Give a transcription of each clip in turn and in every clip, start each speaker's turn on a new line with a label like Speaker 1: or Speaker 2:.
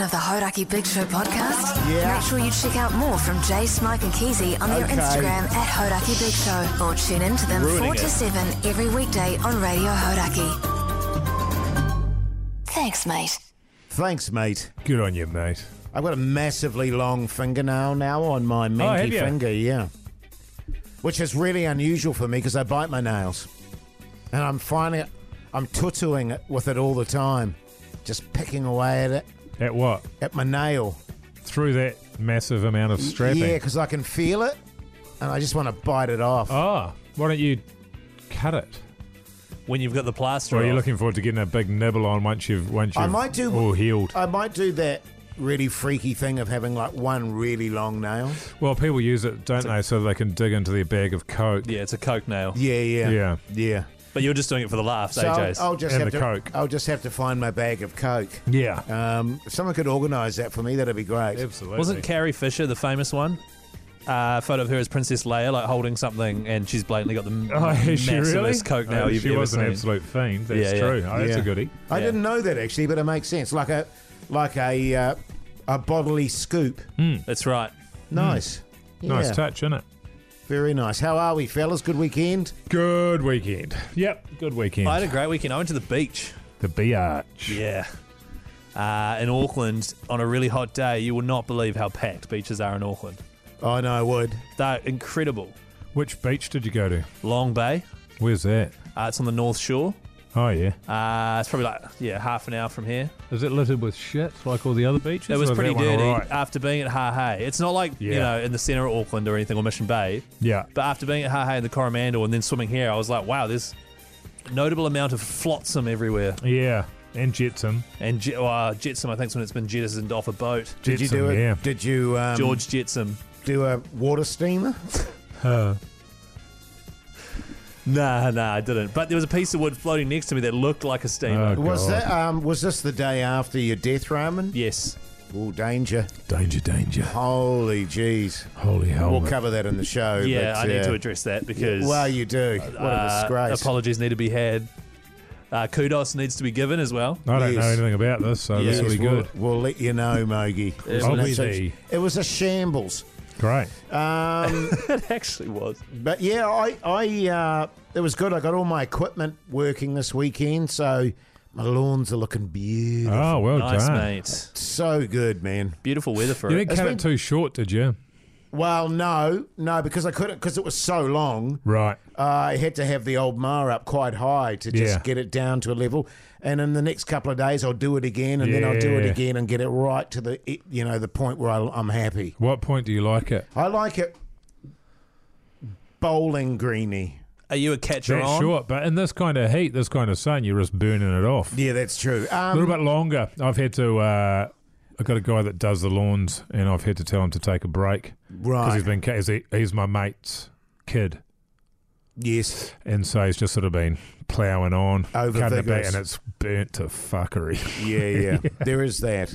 Speaker 1: of the Hodaki Big Show podcast?
Speaker 2: Yeah.
Speaker 1: Make sure you check out more from Jay, Mike, and Keezy on their
Speaker 2: Okay.
Speaker 1: Instagram at Hodaki Big Show or tune in to them
Speaker 3: Ruining
Speaker 1: 4 to
Speaker 3: it.
Speaker 1: 7 every weekday on Radio Hodaki. Thanks, mate.
Speaker 2: Thanks, mate.
Speaker 3: Good on you, mate.
Speaker 2: I've got a massively long fingernail now on my
Speaker 3: Oh, have
Speaker 2: minky
Speaker 3: you?
Speaker 2: finger, yeah. Which is really unusual for me because I bite my nails. And I'm finding it, I'm tutuing it with it all the time. Just picking away at it,
Speaker 3: At what?
Speaker 2: at my nail.
Speaker 3: Through that massive amount of strapping.
Speaker 2: Yeah, because I can feel it and I just want to bite it off.
Speaker 3: Ah, why don't you cut it?
Speaker 4: when you've got the plaster.
Speaker 3: Or are you
Speaker 4: off.
Speaker 3: looking forward to getting a big nibble on once you've once you've
Speaker 2: I might do uh,
Speaker 3: all healed?
Speaker 2: I might do that really freaky thing of having like one really long nail.
Speaker 3: Well, people use it, don't they, so they can dig into their bag of coke.
Speaker 4: Yeah, it's a coke nail.
Speaker 2: Yeah, yeah.
Speaker 3: Yeah.
Speaker 2: Yeah.
Speaker 4: But you're just doing it for the laughs,
Speaker 2: So
Speaker 4: AJ's.
Speaker 2: I'll, I'll just
Speaker 3: And
Speaker 2: have
Speaker 3: the
Speaker 2: to
Speaker 3: Coke.
Speaker 2: I'll just have to find my bag of coke.
Speaker 3: Yeah.
Speaker 2: Um, if someone could organise that for me, that'd be great.
Speaker 3: absolutely.
Speaker 4: Wasn't Carrie Fisher the famous one? Uh, photo of her as Princess Leia, like holding something, and she's blatantly got the m-
Speaker 3: Oh, is she
Speaker 4: massivest
Speaker 3: really?
Speaker 4: coke nail
Speaker 3: Oh,
Speaker 4: you've
Speaker 3: she
Speaker 4: ever
Speaker 3: was
Speaker 4: seen.
Speaker 3: an absolute fiend. That's
Speaker 4: Yeah, yeah.
Speaker 3: true. Oh, that's
Speaker 2: Yeah.
Speaker 3: a goodie.
Speaker 2: I
Speaker 4: Yeah.
Speaker 2: didn't know that actually, but it makes sense. Like a like a uh, a bodily scoop.
Speaker 4: That's right.
Speaker 2: Nice,
Speaker 3: Nice
Speaker 2: Yeah,
Speaker 3: touch, isn't it?
Speaker 2: Very nice. How are we, fellas? Good weekend.
Speaker 3: Good weekend. Yep, good weekend.
Speaker 4: I had a great weekend. I went to the beach.
Speaker 3: the biatch.
Speaker 4: Yeah. Uh, in Auckland, on a really hot day, you will not believe how packed beaches are in Auckland.
Speaker 2: Oh no, I would.
Speaker 4: They're incredible.
Speaker 3: Which beach did you go to?
Speaker 4: Long Bay.
Speaker 3: Where's that?
Speaker 4: Uh, it's on the North Shore.
Speaker 3: Oh yeah.
Speaker 4: Uh, it's probably like yeah, half an hour from here.
Speaker 3: Is it littered with shit like all the other beaches?
Speaker 4: It was
Speaker 3: or is
Speaker 4: pretty
Speaker 3: that one
Speaker 4: dirty
Speaker 3: all right?
Speaker 4: after being at Ha Hay. It's not like you
Speaker 3: Yeah.
Speaker 4: know in the centre of Auckland or anything or Mission Bay.
Speaker 3: Yeah.
Speaker 4: But after being at Ha Hay in the Coromandel and then swimming here, I was like, wow, there's a notable amount of flotsam everywhere.
Speaker 3: Yeah. And Jetsam.
Speaker 4: And je- uh, jetsam, I think, is when it's been jettisoned off a boat.
Speaker 2: Did you
Speaker 3: Jetsam,
Speaker 2: do it?
Speaker 3: yeah.
Speaker 2: Did you um,
Speaker 4: George Oh, Jetsam.
Speaker 2: do a water steamer?
Speaker 4: Nah, nah, I didn't. But there was a piece of wood floating next to me that looked like a
Speaker 3: Oh,
Speaker 4: steamer.
Speaker 2: was
Speaker 3: God.
Speaker 2: that um, was this the day after your death, Roman?
Speaker 4: yes.
Speaker 2: Oh, danger!
Speaker 3: Danger, danger.
Speaker 2: Holy jeez!
Speaker 3: Holy hell.
Speaker 2: We'll cover that in the show.
Speaker 4: Oh, Yeah,
Speaker 2: but,
Speaker 4: I need
Speaker 2: uh,
Speaker 4: to address that because.
Speaker 2: Well, you do. What
Speaker 4: uh,
Speaker 2: a disgrace!
Speaker 4: Apologies need to be had. Uh, kudos needs to be given as well.
Speaker 3: I don't
Speaker 2: Yes.
Speaker 3: know anything about this, so this
Speaker 2: Yes,
Speaker 3: will be
Speaker 2: we'll,
Speaker 3: good.
Speaker 2: we'll let you know, Mogi.
Speaker 3: will
Speaker 2: It
Speaker 3: be
Speaker 2: was a-
Speaker 3: the-
Speaker 2: it was a shambles.
Speaker 3: Great.
Speaker 2: Um,
Speaker 4: it actually was.
Speaker 2: but yeah, I, I uh, it was good. I got all my equipment working this weekend, so my lawns are looking beautiful.
Speaker 3: Oh, well
Speaker 4: Nice,
Speaker 3: done.
Speaker 4: mate.
Speaker 2: So good, man.
Speaker 4: Beautiful weather for
Speaker 3: You
Speaker 4: it.
Speaker 3: didn't cut
Speaker 2: been-
Speaker 3: it too short, did you?
Speaker 2: Well, no, no, because I couldn't because it was so long.
Speaker 3: Right.
Speaker 2: Uh, I had to have the old mar up quite high to just
Speaker 3: Yeah.
Speaker 2: get it down to a level. And in the next couple of days, I'll do it again, and then I'll do it
Speaker 3: Yeah.
Speaker 2: again and get it right to the you know the point where I, I'm happy.
Speaker 3: What point do you like it?
Speaker 2: I like it bowling greeny.
Speaker 4: Are you a catcher
Speaker 3: That
Speaker 4: on?
Speaker 3: short, but in this kind of heat, this kind of sun, you're just burning it off.
Speaker 2: Yeah, that's true.
Speaker 3: A
Speaker 2: Um,
Speaker 3: little bit longer. I've had to. Uh, I've got a guy that does the lawns, and I've had to tell him to take a break because
Speaker 2: right.
Speaker 3: he's been. ca- He's, he's my mate's kid,
Speaker 2: Yes.
Speaker 3: and so he's just sort of been ploughing on,
Speaker 2: Over
Speaker 3: cutting it back,
Speaker 2: vigorous.
Speaker 3: and it's burnt to fuckery.
Speaker 2: Yeah, yeah. There is that.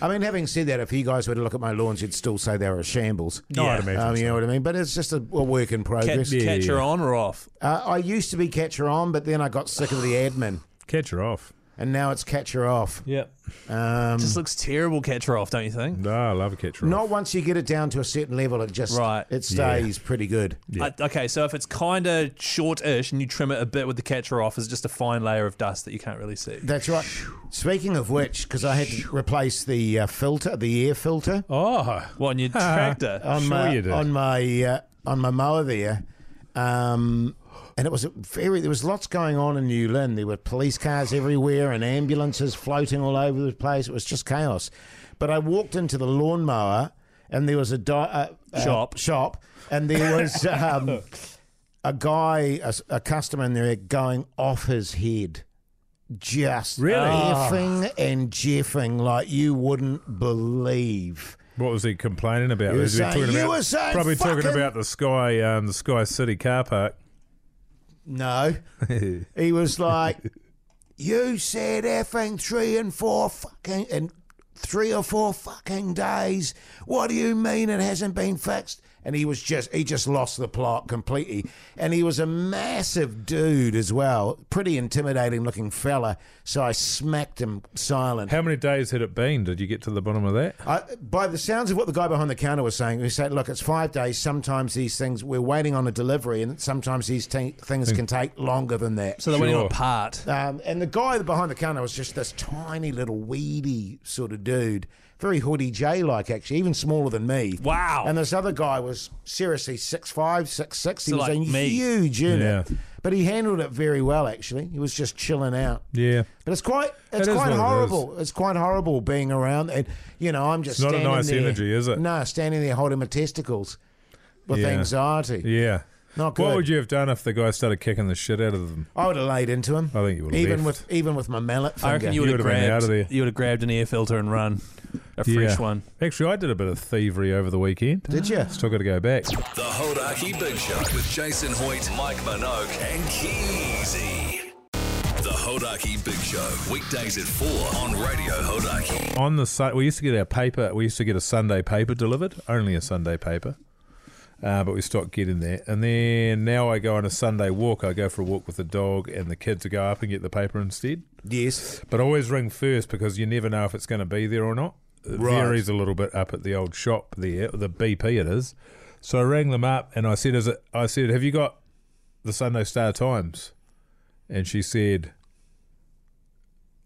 Speaker 2: I mean, having said that, if you guys were to look at my lawns, you'd still say they were a shambles.
Speaker 4: No, I'd
Speaker 3: imagine
Speaker 2: Um, you know what I mean? But it's just a, a work in
Speaker 4: Catch,
Speaker 2: progress.
Speaker 4: catcher on or off?
Speaker 2: Uh, I used to be catcher on, but then I got sick of the admin,
Speaker 3: Catch her off.
Speaker 2: and now it's catcher off.
Speaker 4: Yeah.
Speaker 2: Um,
Speaker 4: Just looks terrible catcher off, don't you think?
Speaker 3: No, Ah, I love a catcher off.
Speaker 2: not once you get it down to a certain level, it just
Speaker 4: Right.
Speaker 2: it stays pretty good.
Speaker 4: I- okay, so if it's kind of short-ish and you trim it a bit with the catcher off, it's just a fine layer of dust that you can't really see.
Speaker 2: That's right. Speaking of which, because I had to replace the uh, filter, the air filter.
Speaker 3: Oh,
Speaker 4: Well, on your tractor.
Speaker 2: on
Speaker 3: Sure
Speaker 2: my
Speaker 3: you did.
Speaker 2: on my uh, on my mower there, um, and it was a very there was lots going on in New Lynn. There were police cars everywhere and ambulances floating all over the place. It was just chaos. But I walked into the lawnmower and there was a di- uh, uh,
Speaker 4: Shop.
Speaker 2: shop, and there was um, a guy, a, s- a customer in there going off his head. Just
Speaker 3: Really?
Speaker 2: effing and jeffing like you wouldn't believe.
Speaker 3: what was he complaining about?
Speaker 2: You were
Speaker 3: Was he
Speaker 2: saying- you were saying
Speaker 3: probably talking
Speaker 2: fucking-
Speaker 3: about the Sky, um, the Sky City car park.
Speaker 2: No. he was like, You said effing three and four fucking and three or four fucking days. What do you mean it hasn't been fixed? and he was just he just lost the plot completely. And he was a massive dude as well, pretty intimidating looking fella. So I smacked him silent.
Speaker 3: How many days had it been? Did you get to the bottom of that?
Speaker 2: I, by the sounds of what the guy behind the counter was saying, he said, "Look, it's five days. Sometimes these things we're waiting on a delivery, and sometimes these t- things can take longer than that."
Speaker 4: So they went in
Speaker 3: Sure.
Speaker 4: on part.
Speaker 2: Um, and the guy behind the counter was just this tiny little weedy sort of dude, very hoodie J like actually, even smaller than me.
Speaker 4: Wow.
Speaker 2: And this other guy was seriously six five, six six. He
Speaker 4: So
Speaker 2: was a
Speaker 4: like me.
Speaker 2: huge unit,
Speaker 3: Yeah.
Speaker 2: but he handled it very well actually. He was just chilling out.
Speaker 3: Yeah.
Speaker 2: But it's quite it's
Speaker 3: It is
Speaker 2: quite
Speaker 3: what it
Speaker 2: horrible. it's quite horrible being around and you know, I'm just
Speaker 3: It's not a
Speaker 2: standing
Speaker 3: nice
Speaker 2: there-
Speaker 3: energy, is it?
Speaker 2: No, standing there holding my testicles with
Speaker 3: Yeah.
Speaker 2: anxiety.
Speaker 3: Yeah.
Speaker 2: Not good.
Speaker 3: What would you have done if the guy started kicking the shit out of them?
Speaker 2: I would have laid into him.
Speaker 3: I think you would have
Speaker 2: even
Speaker 3: left.
Speaker 2: with even with my mallet finger.
Speaker 4: I reckon you
Speaker 3: You
Speaker 4: would have
Speaker 3: would've been
Speaker 4: grabbed.
Speaker 3: out of there.
Speaker 4: You would have grabbed an air filter and run a fresh
Speaker 3: Yeah.
Speaker 4: one.
Speaker 3: Actually, I did a bit of thievery over the weekend.
Speaker 2: Did you?
Speaker 3: Still got to go back.
Speaker 5: The Hodaki Big Show with Jason Hoyt, Mike Minogue, and Keezy. The Hodaki Big Show, weekdays at 4 on Radio Hodaki.
Speaker 3: On the site, we used to get our paper. We used to get a Sunday paper delivered, only a Sunday paper, uh, but we stopped getting that. And then now I go on a Sunday walk. I go for a walk with the dog and the kids. to go up and get the paper instead.
Speaker 2: Yes.
Speaker 3: But always ring first because you never know if it's going to be there or not. It
Speaker 2: Right.
Speaker 3: varies a little bit up at the old shop there, the BP it is. So I rang them up and I said, "Is it?" I said, "Have you got the Sunday Star Times?" And she said,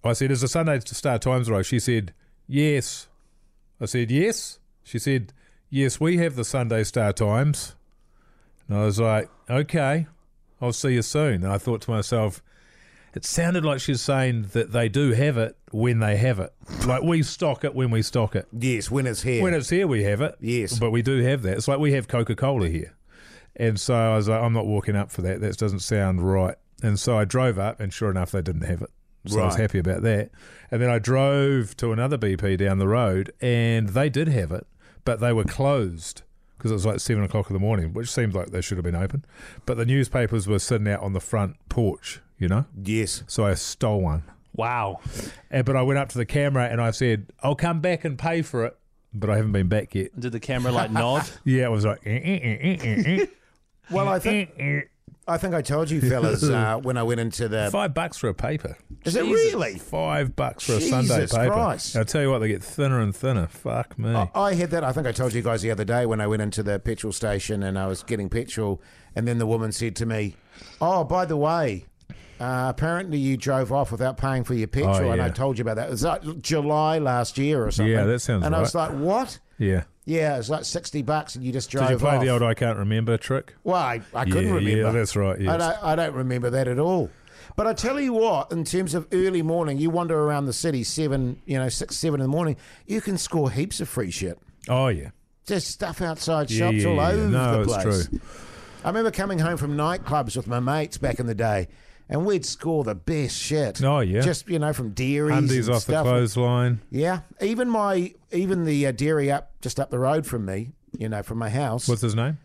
Speaker 3: "I said, is the Sunday Star Times right?" She said, "Yes." I said, "Yes." She said, "Yes, we have the Sunday Star Times." And I was like, "Okay, I'll see you soon." And I thought to myself, it sounded like she was saying that they do have it when they have it. Like we stock it when we stock it.
Speaker 2: Yes, winner's here.
Speaker 3: When it's here, we have it.
Speaker 2: Yes.
Speaker 3: But we do have that. It's like we have Coca Cola here. And so I was like, I'm not walking up for that. That doesn't sound right. And so I drove up, and sure enough, they didn't have it. So I was
Speaker 2: Right.
Speaker 3: happy about that. And then I drove to another BP down the road, and they did have it, but they were closed because it was like seven o'clock in the morning, which seemed like they should have been open. But the newspapers were sitting out on the front porch, you know?
Speaker 2: yes.
Speaker 3: So I stole one.
Speaker 4: Wow.
Speaker 3: And, but I went up to the camera and I said, I'll come back and pay for it. But I haven't been back yet.
Speaker 4: Did the camera like nod?
Speaker 3: Yeah, I was like, eh, eh, eh, eh, eh, eh,
Speaker 2: Well, I think
Speaker 3: eh, eh.
Speaker 2: I think I told you fellas uh, when I went into the.
Speaker 3: five bucks for a paper.
Speaker 2: Is it really?
Speaker 3: Five bucks for
Speaker 2: Jesus
Speaker 3: a Sunday paper.
Speaker 2: Christ. Oh.
Speaker 3: I'll tell you what, they get thinner and thinner. Fuck me.
Speaker 2: I- I had that. I think I told you guys the other day when I went into the petrol station and I was getting petrol, and then the woman said to me, "Oh, by the way, uh, apparently you drove off without paying for your petrol." And I
Speaker 3: Oh, yeah.
Speaker 2: told you about that. It was like July last year or something.
Speaker 3: Yeah, that sounds
Speaker 2: And I was
Speaker 3: right.
Speaker 2: like, "What?"
Speaker 3: yeah.
Speaker 2: Yeah, it was like sixty bucks, and you just drove
Speaker 3: Did you play
Speaker 2: off.
Speaker 3: the old I can't remember trick?
Speaker 2: Well, I, I couldn't
Speaker 3: Yeah,
Speaker 2: remember.
Speaker 3: yeah, that's right,
Speaker 2: I,
Speaker 3: yes.
Speaker 2: don't, I don't remember that at all. But I tell you what, in terms of early morning, you wander around the city seven, you know, six, seven in the morning, you can score heaps of free shit.
Speaker 3: Oh, yeah.
Speaker 2: Just stuff outside
Speaker 3: Yeah,
Speaker 2: shops
Speaker 3: yeah,
Speaker 2: all
Speaker 3: yeah.
Speaker 2: over
Speaker 3: No,
Speaker 2: the
Speaker 3: it's
Speaker 2: place.
Speaker 3: true.
Speaker 2: I remember coming home from nightclubs with my mates back in the day, and we'd score the best shit.
Speaker 3: Oh, yeah.
Speaker 2: just you know, from dairies,
Speaker 3: Undies
Speaker 2: and
Speaker 3: off the
Speaker 2: stuff.
Speaker 3: clothesline.
Speaker 2: Yeah, even my even the uh, dairy up just up the road from me, you know, from my house.
Speaker 3: What's his name?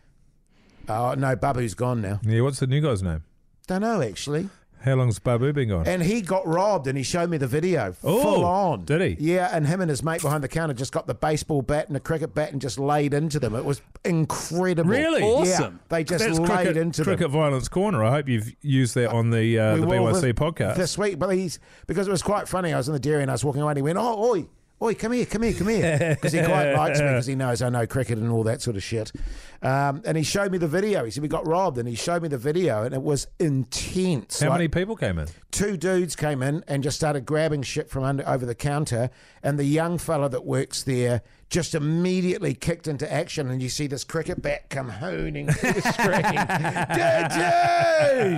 Speaker 2: Oh no, Babu's gone now.
Speaker 3: Yeah, what's the new guy's name?
Speaker 2: Don't know actually.
Speaker 3: How long's Babu been gone?
Speaker 2: And he got robbed, and he showed me the video
Speaker 3: Oh,
Speaker 2: full on.
Speaker 3: did he?
Speaker 2: Yeah, and him and his mate behind the counter just got the baseball bat and a cricket bat and just laid into them. It was incredible.
Speaker 3: Really?
Speaker 2: Yeah,
Speaker 4: Awesome.
Speaker 2: they just
Speaker 3: That's
Speaker 2: laid
Speaker 3: cricket,
Speaker 2: into
Speaker 3: cricket
Speaker 2: them.
Speaker 3: violence corner. I hope you've used that on the uh,
Speaker 2: We
Speaker 3: the
Speaker 2: were
Speaker 3: BYC
Speaker 2: with-
Speaker 3: podcast.
Speaker 2: this week, but he's because it was quite funny. I was in the dairy and I was walking away, and he went, "Oh, oi." Oi, come here, come here, come here. Because he quite likes me because he knows I know cricket and all that sort of shit. Um, and he showed me the video. He said, We got robbed. And he showed me the video, and it was intense.
Speaker 3: How
Speaker 2: Like,
Speaker 3: many people came in?
Speaker 2: two dudes came in and just started grabbing shit from under over the counter and the young fella that works there just immediately kicked into action and you see this cricket bat come hooning through the screen.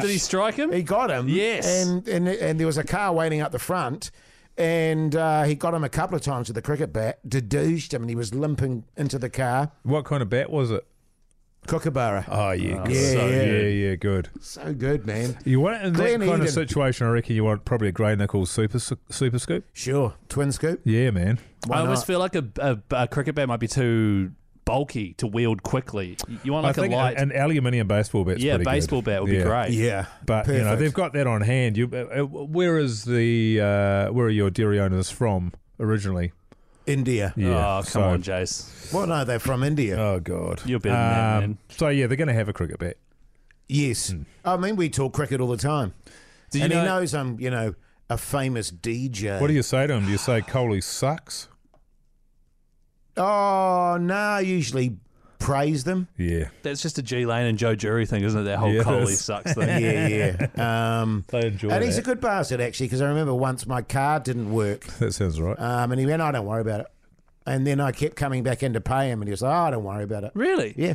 Speaker 4: Did he strike him?
Speaker 2: he got him.
Speaker 4: Yes.
Speaker 2: And, and and there was a car waiting up the front and uh, he got him a couple of times with the cricket bat, dedouged him and he was limping into the car.
Speaker 3: What kind of bat was it?
Speaker 2: Kookaburra.
Speaker 3: Oh yeah,
Speaker 2: good. yeah,
Speaker 3: so,
Speaker 2: yeah.
Speaker 3: yeah, yeah, good.
Speaker 2: So good, man.
Speaker 3: You want in
Speaker 2: Glenn
Speaker 3: that kind
Speaker 2: Eden.
Speaker 3: of situation? I reckon you want probably a grey nickel super super scoop.
Speaker 2: Sure. Twin scoop.
Speaker 3: Yeah, man.
Speaker 2: Why
Speaker 4: I always
Speaker 2: not?
Speaker 4: feel like a, a, a cricket bat might be too bulky to wield quickly. You- You want like
Speaker 3: I think
Speaker 4: a light,
Speaker 3: an aluminium baseball bat.
Speaker 4: yeah, baseball bat would be great.
Speaker 2: Yeah.
Speaker 3: But you know
Speaker 2: Perfect.
Speaker 3: they've got that on hand. You, uh, uh, where is the uh, where are your dairy owners from originally?
Speaker 2: India.
Speaker 3: Yeah,
Speaker 4: oh, come
Speaker 3: so-
Speaker 4: on, Jace.
Speaker 2: Well, no, they're from India.
Speaker 3: Oh god, Um,
Speaker 4: You're better than that, man.
Speaker 3: So yeah, they're going to have a cricket bet.
Speaker 2: yes. I mean, we talk cricket all the time.
Speaker 4: Did you
Speaker 2: and
Speaker 4: know-
Speaker 2: he knows I'm, you know, a famous DJ.
Speaker 3: What do you say to him? Do you say Coley sucks?
Speaker 2: Oh, no, I usually praise them.
Speaker 3: Yeah,
Speaker 4: That's just a G Lane and Joe Jury thing, isn't it? That whole
Speaker 3: Yeah, it
Speaker 4: Coley
Speaker 3: is.
Speaker 4: sucks thing.
Speaker 2: Yeah, yeah. Um,
Speaker 3: they enjoy
Speaker 2: and he's
Speaker 3: that.
Speaker 2: a good bastard, actually, because I remember once my car didn't work.
Speaker 3: that sounds right.
Speaker 2: Um, and he went, I don't worry about it. And then I kept coming back in to pay him, and he was like, oh, I don't worry about it.
Speaker 4: Really?
Speaker 2: Yeah.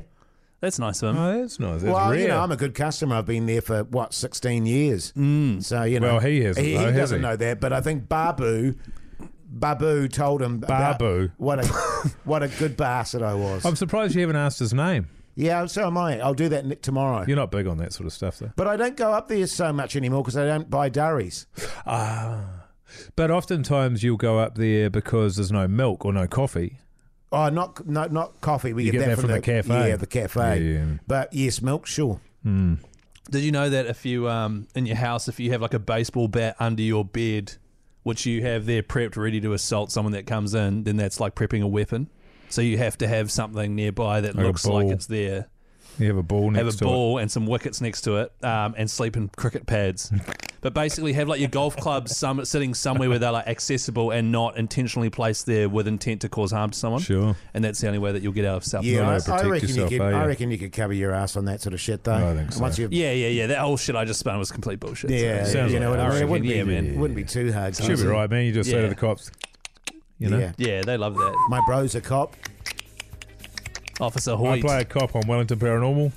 Speaker 4: That's nice of him.
Speaker 3: oh, that's nice. That's
Speaker 2: well,
Speaker 3: rare.
Speaker 2: you know, I'm a good customer. I've been there for, what, 16 years? Mm. So, you know.
Speaker 3: Well, he hasn't,
Speaker 2: He,
Speaker 3: though, has
Speaker 2: doesn't
Speaker 3: he?
Speaker 2: know that, but I think Babu. Babu told him about
Speaker 3: Babu.
Speaker 2: what a what a good bastard I was.
Speaker 3: I'm surprised you haven't asked his name.
Speaker 2: yeah, so am I. I'll do that n- tomorrow.
Speaker 3: You're not big on that sort of stuff, though.
Speaker 2: But I don't go up there so much anymore because I don't buy durries.
Speaker 3: But oftentimes you'll go up there because there's no milk or no coffee.
Speaker 2: Oh, not no, not coffee. We
Speaker 3: You
Speaker 2: get,
Speaker 3: get that from the cafe.
Speaker 2: Yeah, the cafe.
Speaker 3: Yeah, yeah.
Speaker 2: But yes, milk, sure.
Speaker 4: Did you know that if you um in your house, if you have like a baseball bat under your bed, which you have there prepped ready to assault someone that comes in, then that's like prepping a weapon. So you have to have something nearby that
Speaker 3: Like a
Speaker 4: looks like
Speaker 3: ball
Speaker 4: it's there.
Speaker 3: You have a ball next
Speaker 4: Have a
Speaker 3: to
Speaker 4: ball and some wickets next to it, um, and sleep in cricket pads. but basically, have like your golf clubs some sitting somewhere where they're like accessible and not intentionally placed there with intent to cause harm to someone.
Speaker 3: Sure.
Speaker 4: And that's the only way that you'll get out of stuff.
Speaker 2: Yeah,
Speaker 3: no,
Speaker 2: I, I
Speaker 3: protect
Speaker 2: reckon
Speaker 3: yourself,
Speaker 2: you could.
Speaker 3: eh, yeah.
Speaker 2: I reckon you could cover your ass on that sort of shit, though.
Speaker 3: No, I think so.
Speaker 2: Once you,
Speaker 4: Yeah, yeah, yeah. That whole shit I just spun was complete bullshit.
Speaker 2: yeah,
Speaker 4: So-
Speaker 3: Sounds
Speaker 2: you know
Speaker 3: like
Speaker 2: what I mean. It
Speaker 4: Irish
Speaker 2: wouldn't be,
Speaker 4: Indian, man.
Speaker 2: it wouldn't be too hard.
Speaker 3: it. Should be right, man. You just say to
Speaker 4: Yeah.
Speaker 3: the cops, you know.
Speaker 2: Yeah.
Speaker 4: Yeah, they love that.
Speaker 2: My bro's a cop.
Speaker 4: Officer
Speaker 3: I
Speaker 4: Hoyt.
Speaker 3: play a cop on Wellington Paranormal.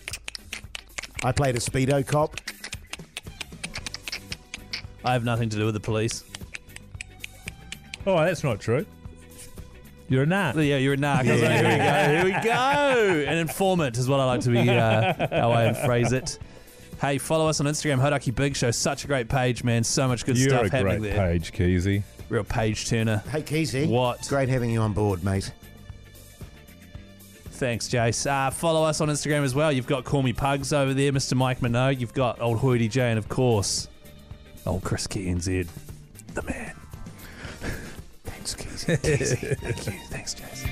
Speaker 2: I played a speedo cop.
Speaker 4: I have nothing to do with the police.
Speaker 3: Oh, that's not true. You're a nut.
Speaker 4: Yeah, you're a narc. Here we go. Here we go. An informant is what I like to be, uh, how I phrase it. Hey, follow us on Instagram, Hodaki Big Show. Such a great page, man. So much good
Speaker 3: You're
Speaker 4: stuff
Speaker 3: a
Speaker 4: happening
Speaker 3: great
Speaker 4: there.
Speaker 3: page, Keezy.
Speaker 4: Real page turner.
Speaker 2: Hey, Keezy.
Speaker 4: What?
Speaker 2: Great having you on board, mate.
Speaker 4: Thanks, Jace. Uh, follow us on Instagram as well. You've got Call Me Pugs over there, Mr. Mike Minogue. You've got old Hoity J, and of course, old Chris KNZ, the man. Thanks, Keezy. Keezy. Thank you. Thanks, Jace.